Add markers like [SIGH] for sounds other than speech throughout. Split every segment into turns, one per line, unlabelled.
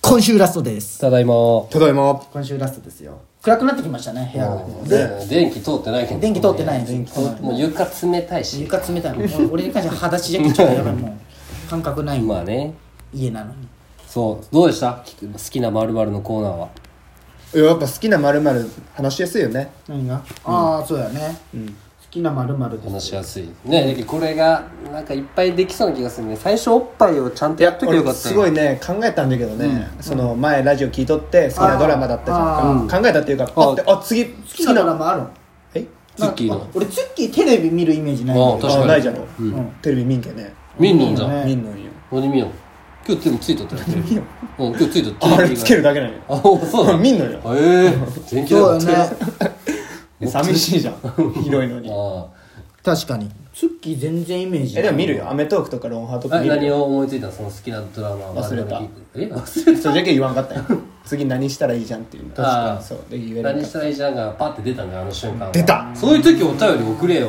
今週ラストです。
ただいま
ただいま
今週ラストですよ。暗くなってきましたね、部屋が。で、
ね電気通ってないけど
電気通ってないんですよ。
もう床冷たいし
床冷たいもん。俺に関しては裸足じゃきちゃうからもう、感覚ない
まあね
家なのに。
そうどうでしたき好きな〇〇のコーナーは
やっぱ好きなまるまる話しやすいよね
何がああ、そうやね。好きな〇〇です。
話しやすいねこれがなんかいっぱいできそうな気がするね最初おっぱいをちゃんとやっときゃよか
俺
った
すごいね考えたんだけどね、その前ラジオ聞いとって好きなドラマだったじゃん考えたっていうかパッてあ次好
好きなドラマあるん
え
ツッキーの
俺、ツッキーテレビ見るイメージないんだ
あ
けど
確か
あ
に
ないじゃん、
ん
テレビ見んけね
見んのんじゃん
ね
見んのんよ
何見よう今日でもついとったよ
見んよ
うん今日ついとった
あれつけるだけなんよ
あそうなの
見んのよ
ええ電気
そう
だ
よね。
寂
[LAUGHS]
しいじゃん広いのに
あ
確かに。ツッキー全然イメージな
え
い。
でも見るよ『アメトーク』とか『ロンハー』と
あ
か
あ
見る
何 [LAUGHS]
よ
を思いついたのその好きなドラマは
忘れた
え忘れ
それだけ言わんかったよ次何したらいいじゃんっていう確
かに
そうで言
た
えなか
何
っ
したらいいじゃんがパッて出たんだよあの瞬間は
出た
そういう時お便り送れよ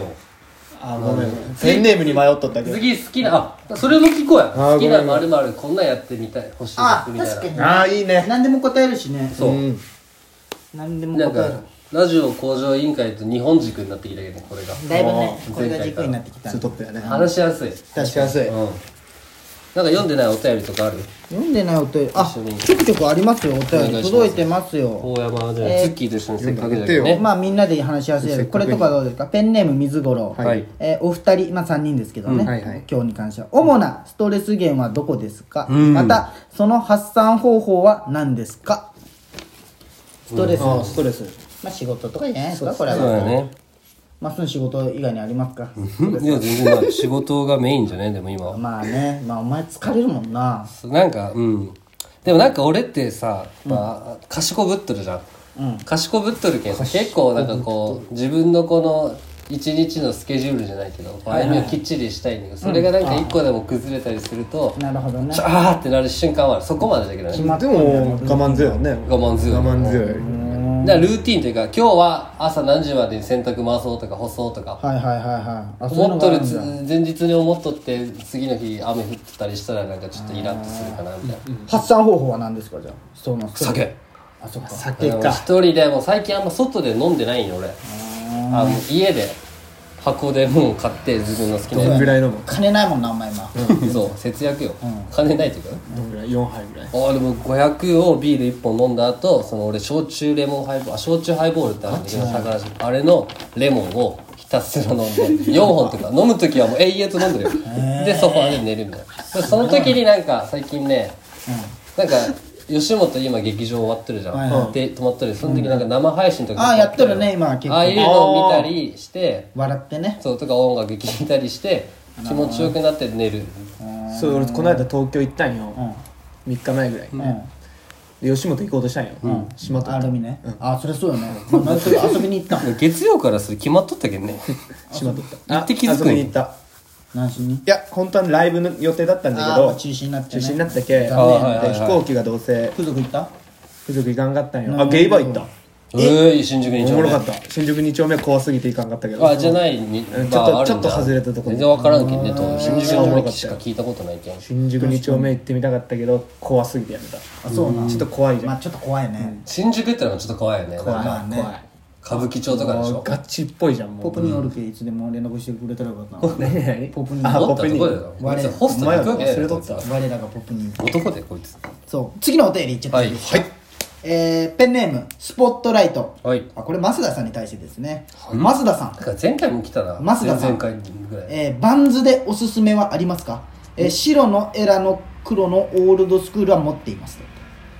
たあごめんごめんペンネームに迷っとったけど
次好きなあそれも聞こうや
あー
好きな
ごめ
〇〇こんなんやってみたい欲しい
あ
ですみた
確か
い
に。
ああいいね
何でも答えるしね。
なそう、
うん
何でも
なん
答え
か
る。
ラジオ向上委員会と日本軸になってきたけどこれが
だいぶね
あー
これが軸になってきた
ツートップやね
話しやすいうん
確かに安い
なんか読んでないお便りとかある
読んでないお便りあ
一緒に
ちょくちょくありますよお便り届いてますよ
大山じゃない、
えー
ツッキーと一緒にせっかくだけどね
まあみんなで話し合わせるこれとかどうですかペンネーム水五郎、
はい
えーお二人まあ3人ですけどね、
うんはいはい
今日に関しては主なストレス源はどこですか、またその発散方法は何ですかストレス、
あーストレス
まあ仕事とかじゃないですかこれ
そう
は
だね
まあその仕事以外にありますか [LAUGHS]
うんいや全然まあ仕事がメインじゃねでも今は
まあねまあお前疲れるもんな
なんかうんでもなんか俺ってさ、まあ、賢ぶっとるじゃん、賢ぶっとるけんさ結構なんかこう自分のこの一日のスケジュールじゃないけど歩みをきっちりしたいんだけどそれがなんか一個でも崩れたりすると、
なるほどね
ちゃーってなる瞬間はあるそこまでだけど
決
ね
まっ
でも我慢強いよね
我慢強い
我慢強い
だからルーティンというか今日は朝何時までに洗濯回そうとか干そうとか
はいはいはいはいあそういう
思
の
っ
が
と
あ
る
ん
つ
だ
前日に思っとって次の日雨降ってたりしたらなんかちょっとイラッとするかなみたいな
発散方法は何ですかじゃあその
酒
あそっか
酒
あの
か
一人でもう最近あんま外で飲んでないんよ俺あの家で箱でもう買って自分の好きな
どんぐ
や
らい飲む
金ないもんなお前今
つそう節約よ、金ないというか
どんぐらい4杯ぐらい
あでも500をビール1本飲んだ後その俺焼酎レモンハイボールあ焼酎ハイボールってあるんだけど魚らしいあれのレモンをひたすら飲んで4本
[LAUGHS]
とか飲む時はもう永遠と飲んでるよでソファーで寝るみたいなでその時になんか最近ねなんか吉本今劇場終わってるじゃん、
はいは
で泊まってるその時なんか生配信とか
あーやってるね今結構
ああいうのを見たりして
笑ってね
そうとか音楽聴いたりして気持ちよくなって寝る
そう俺この間東京行ったん
う
よ
ん
3日前ぐらい
うん
で吉本行こうとしたんよ閉まっと
ア
った
ルミねあそりゃそうよね毎週遊びに行ったん
月曜からそれ決まっとったけどね
閉まっとった
行って気づくんよ
あ遊びに行った
何しに
いや本当はライブの予定だったんだ
あー
け
中止になっ
ど
てね
中止になったけで
あ
ーはいはいはい
飛行機がどうせ
風俗行った
風俗行かんかったんよあゲイバー行った
ええ新宿に
おもろかった新宿2丁目怖すぎて行かんかったけど
あじゃないに、
うん
まあ
ちょっと
ある
ち
ん
ょ
だ
っと外れたとこ
全然分からんけんねと新宿
おも
の
ろ
駅
かった
し
よ
か聞いたことないけん
新宿2丁目行ってみたかったけど怖すぎてやめた
あそうなん
ちょっと怖いじゃん
まあちょっと怖いね
新宿ってのはちょっと怖いよねなん
まあ
か
ね
怖い
歌舞伎町とかでし
も
ょ
うガチっぽいじゃんも
ポ
う
プにおるけいつでも連絡してくれたらよかったな
何何
ポプに
あ
持
ポ
った
プ
と
に
こだよ
我
別にホストに行くわけないだろ
お前ら忘れとった
こいつ
我らがポプに
は男でこいつ
そう次のお便りいっちゃって
はいい
いですかえーペンネームスポットライト、
はい
あこれ増田さんに対してですね、増田さん
だ、から前回も来たな
増田さん
前々回ぐらい
えーバンズでおすすめはありますか、えー白のエラの黒のオールドスクールは持っています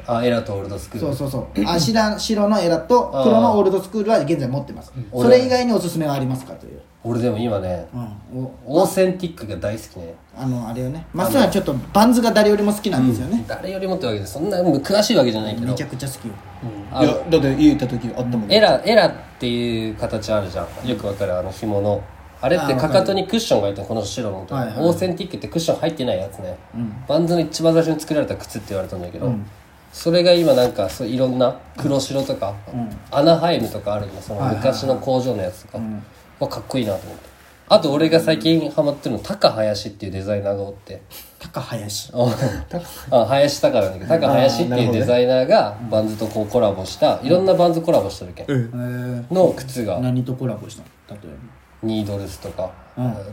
あエラとオールドスクール
そうそうそうあしら白のエラと黒のオールドスクールは現在持ってますそれ以外におすすめはありますかという、
俺でも今ね
うん、お
オーセンティックが大好きね
あのあれよね増田はちょっとバンズが誰よりも好きなんですよね、
誰よりもってわけでそんな詳しいわけじゃないけど
めちゃくちゃ好きよ
あ
いやだって家行った時あったもん
エラエラっていう形あるじゃんよくわかるあの紐のあれってかかとにクッションが入ってるこの白の、
はいはい
オーセンティックってクッション入ってないやつね、バンズの一番最初に作られた靴って言われたんだけど、それが今なんかそういろんな黒白とか、アナハイムとかあるよその昔の工場のやつとか、はかっこいいなと思ってあと俺が最近ハマってるの高林っていうデザイナーがおって
高林
[LAUGHS] あ林高なんだけど高林っていうデザイナーがバンズとこうコラボしたいろんなバンズコラボしてるけん
えー
の靴が
何とコラボしたの例え
ニードルスとか、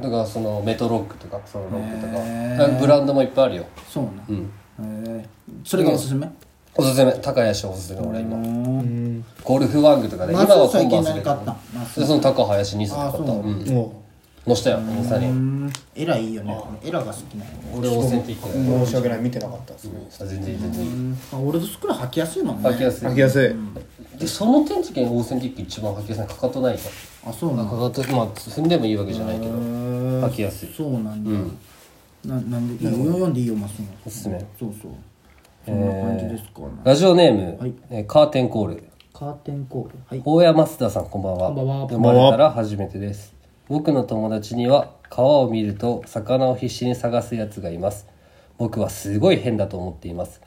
だからそのメトロックとかそのロックとか
へー
だからブランドもいっぱいあるよ
ばそうなえーそれがおすすめ
おすすめ高林おすすめ俺
う
今
ーん
ゴルフワングとかで今
松尾
はコ
最
ンバ
近
ース
何
で
買ったの松尾
でその高林ニスで買
あ
っ
あ
た
そううなのうん
ん
も
載したよインスタに
エラいいよねエラが好きなの
俺オーセンティックだよ
う申し訳ない見てなかったですね
あ全然いい全然いい
あ俺とスクラ履きやすいもんね
履きやすい
履きやすい
でその点次にオーセンティック一番履きやすいかかとないか
あそうな
ら
の
かかとまあ踏んでもいいわけじゃないけど履きやすい
そうなんだななんでいいよ読んでいいよ松尾
おすすめ
そうそうそんな感じですか
ラジオネーム、
はい
えーカーテンコール
カーテンコールはい
大山増田さんこんばん
こ
は
んばんは
生まれたら初めてです僕の友達には川を見ると魚を必死に探すやつがいます僕はすごい変だと思っています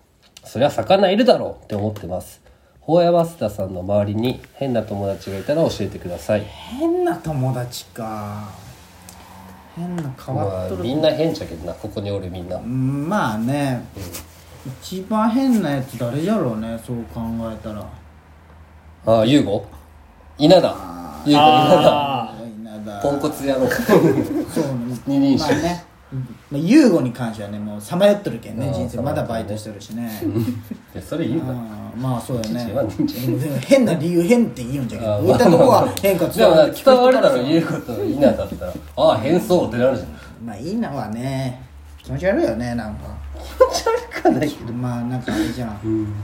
そりゃ魚いるだろうって思ってます大山増田さんの周りに変な友達がいたら教えてください
変な友達か変な変わ
ま
っ
あ
とる
みんな変じゃけどなここにおるみんな
うんまあね一番変なやつ誰じゃろうねそう考えたら
ああユーゴ稲田ユーゴ稲田
稲田
ポンコツ野郎
そうね
二人
まあ
称
ねまあユーゴに関してはねもうさまよっとるけんね
あー
人生まだ
さま
バ
よっ
イ
と
トしてるし [LAUGHS] ね
でそれ言う
あ
な
ーまあそうだよね
一番人
でもでも変な理由変って言うんじゃけど
あー
置いたとこは変化
でもな伝わるだろ
う
言うこと稲田だったらああ変そうってなるじゃん
まあいいのはね気持ち悪いよねなんか気持ち悪かないけどまあなんかあれじゃん、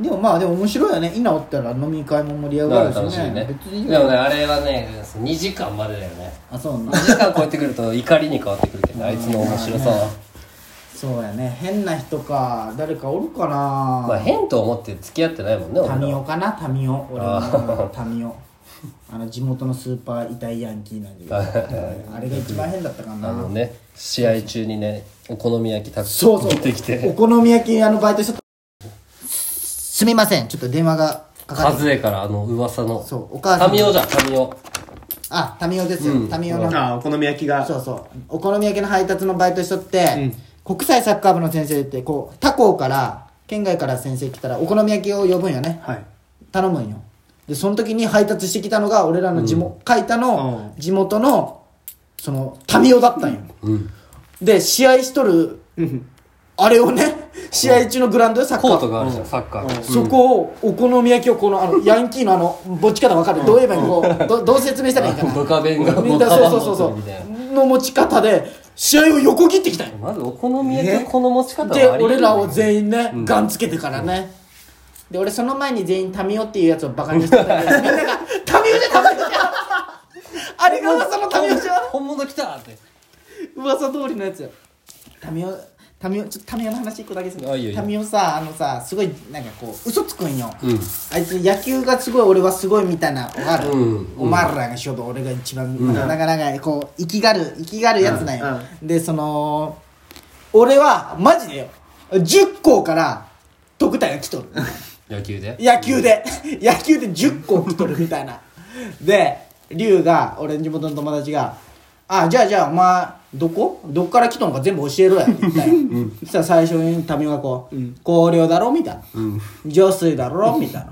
でもまあでも面白いよね今おったら飲み会も盛り上が
まあ
るし
楽しい
ね
ね
別にいい
でも
よ
ねあれはね2時間までだよね
あそうな
2時間超えてくると怒りに変わってくるけどあいつの面白さは
そうやね変な人か誰かおるかな
まあ変と思って付き合ってないもんね俺
タ
ら
ミオ
は
かなタミオ俺
あ
はタミオあの地元のスーパーイタリアンキーなんだけどあれが一番変だったか
あの
な
ね試合中にねお好み焼きたくさん
そうそう
持ってき
お
て
好み焼きあのバイトしとったすみませんちょっと電話がかか
カ
って
ズエからあの噂の
そうお母さ
タ
ん
ミオじゃんタミオ
あタミオですよ、タミオの
あーお好み焼きが
そうそうお好み焼きの配達のバイトしとって、国際サッカー部の先生ってこう他校から県外から先生来たらお好み焼きを呼ぶんよね
はい
頼むんよでその時に配達してきたのが俺らの地元、書いたの、地元のその民オだったんよ、で試合しとるあれをね試合中のグラウンドでサッカー
コートがあるじゃんサッカーの
そこをお好み焼きをこのあのヤンキーのあのぼっち方分かる、どう言えばいいのこうどどう説明したらいいかな
ブカ弁が
み
も
ん
う
な
カ
そう
バン
そうそう
持
そ
ってるみたいな
うの持ち方で試合を横切ってきたよ
まずお好み焼きのこの持ち方
で
はありえない
俺らを全員ね、ガンつけてからね、で俺その前に全員タミオっていうやつをバカにしてたんだ [LAUGHS] けどみんなが「タミオでタミオじゃん!」あれが噂のタミオじゃん
本物来たって
噂通りのやつよタミオタミオちょっとタミオの話一個だけする
あいいよいいよ
タミオさあのさすごいなんかこう嘘つくんよ、
うん
あいつ野球がすごい俺はすごいみたいなわかる、
うん
お前らがしようと俺が一番、なかなかこう生きがる生きがるやつなんよ、でその俺はマジでよ10校から特待が来とる
野球で
野球で野球で10校来とるみたいなで龍が俺の地元の友達が「あじゃあじゃあお前どこどっから来とんか全部教えろや」って言ったよ、そしたら最初に民がこう「広陵だろ?」みたいな「上水だろ?」みたい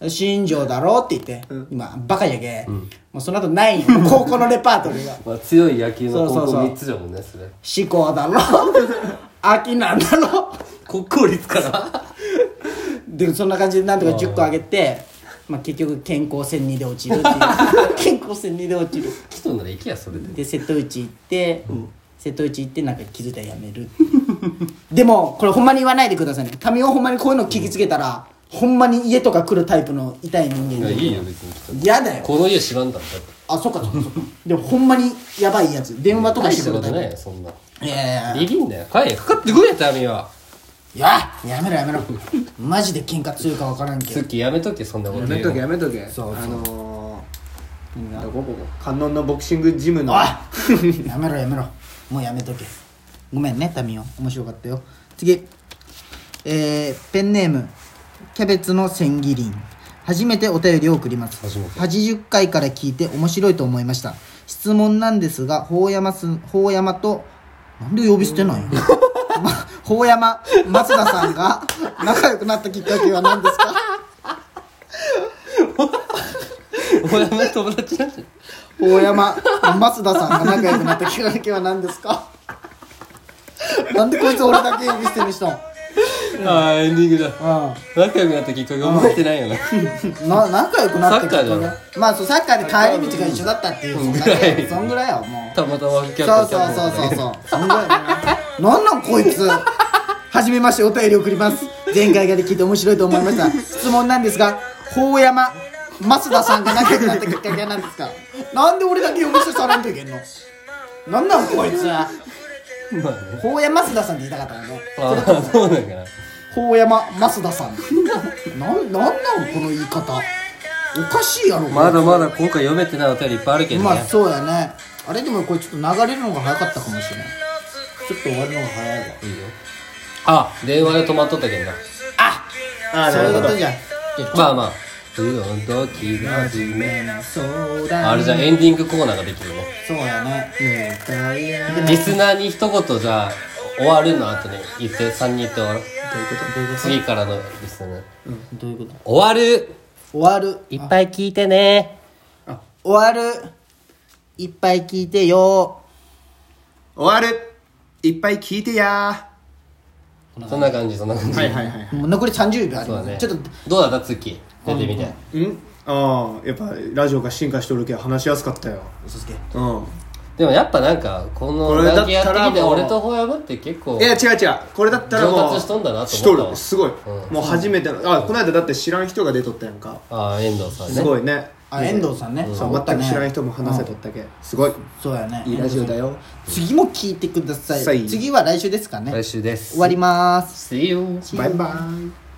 な「新庄だろ?」って言って、今バカやけ、もうその後ないんよ高校のレパートリーが
まあ、強い野球の高
そうそ
校
うそう
3つだもんねそれ
「志向だろ? 」
[LAUGHS]
「秋なんだろ?」
国公立から
でそんな感じでなんとか10個あげてまあ、結局健康線2で落ちるっていう
[LAUGHS]
健康線2で落ちる
来とんなら行けやそれで
で瀬戸内行って、瀬戸内行ってなんか気づいたらやめるっていうでもこれほんまに言わないでくださいね民をほんまにこういうの聞きつけたら、ほんまに家とか来るタイプの痛い人
い
間
や
で
いいよ別に来た
嫌だよ
この家知らんだったって
あそっかそっかそっかでもほんまにやばいやつ電話とか
大
し
してた
く
こ
るタイ
と
プ
ないよそんない
やいやいや
ビビんなよ帰れかかってこいやタミは
いややめろやめろマジで喧嘩強いか分からんけ
ツ
ど
ッキーやめとけそんなこと
や
言
め
うの
とけやめとけ
そうそう
あのー、どこここ観音のボクシングジムの
おいやめろやめろもうやめとけごめんねタミオ面白かったよ次えー、ペンネームキャベツの千切りん初めてお便りを送ります
初めて
80回から聞いて面白いと思いました質問なんですが法山す法山となんで呼び捨てないの、ま、法山松田さんが仲良くなったきっかけは何ですか
俺の友達なんじゃ
大山松田さんが仲良くなったきっかけは何ですかなんでこいつ俺だけ呼び捨てにしたん
ああーエンディングだ
う
仲良くなったきっかけ覚えてないよな
んな仲良くなってきた
サッカーじゃ
まあそうサッカーで帰り道が一緒だったっていう、
うん
そんだけ
うん
そんぐらいよもう
たまたまキャッ
そう
ト
そうそうそうそうそんぐらいなんなんこいつはじめましてお便り送ります前回から聞いて面白いと思いました質問なんですが法山増田さんが仲良くなったきっかけは何ですかなんで俺だけ呼び捨てされんといけんのなんなんこいつ
まあね
法山増田さんって言いたかったのね
ああそうなんかな
法山増田さんなんなんなのこの言い方おかしいやろ
まだまだ今回読めてないお便りいっぱいあるけど
まあ
ね
そうやねあれでもこれちょっと流れるのが早かったかもしれないちょっと終わるのが早いわ
あ電話で止まっとったけどな
ああ
そ
な
うい
る
うこ
ほど
とじゃん
まあまあうんときがじめ
そうだね
あれじゃあエンディングコーナーができるね
そうやね
リスナーに一言じゃあ終わるの後に言って3人言って終わろう次からのリスナー
どういうこと
終わる
終わる
いっぱい聞いてね
終わるいっぱい聞いてよ
終わるいっぱい聞いてや
そんな感じそんな感じ、
はいはいはい
もう残り30秒あり
そう
ま
だ
す、
ね
ちょっと
どうだった月出てみて
うんああやっぱラジオが進化しとるけど話しやすかったよ
嘘つけ
うん
でもやっぱなんかこ
こ
の
れだった
ラ
ら
ンキやってきて
もう
俺とホヤマって結構
いや違う違うこれだったらもう
上達しとんだなと思ったわ
しとるすごい、
う
もう初めてのあこの間だって知らん人が出とったやんか
ああ遠藤さんね
すごいね
あ遠藤さんね、
そ
終わ
う
った
全
ね
く知らん人も話せとったけすごい
そうやね
いいラジオだよ
次も聞いてください
さい
次は来週ですかね
来週です
終わります
See you
バイバイ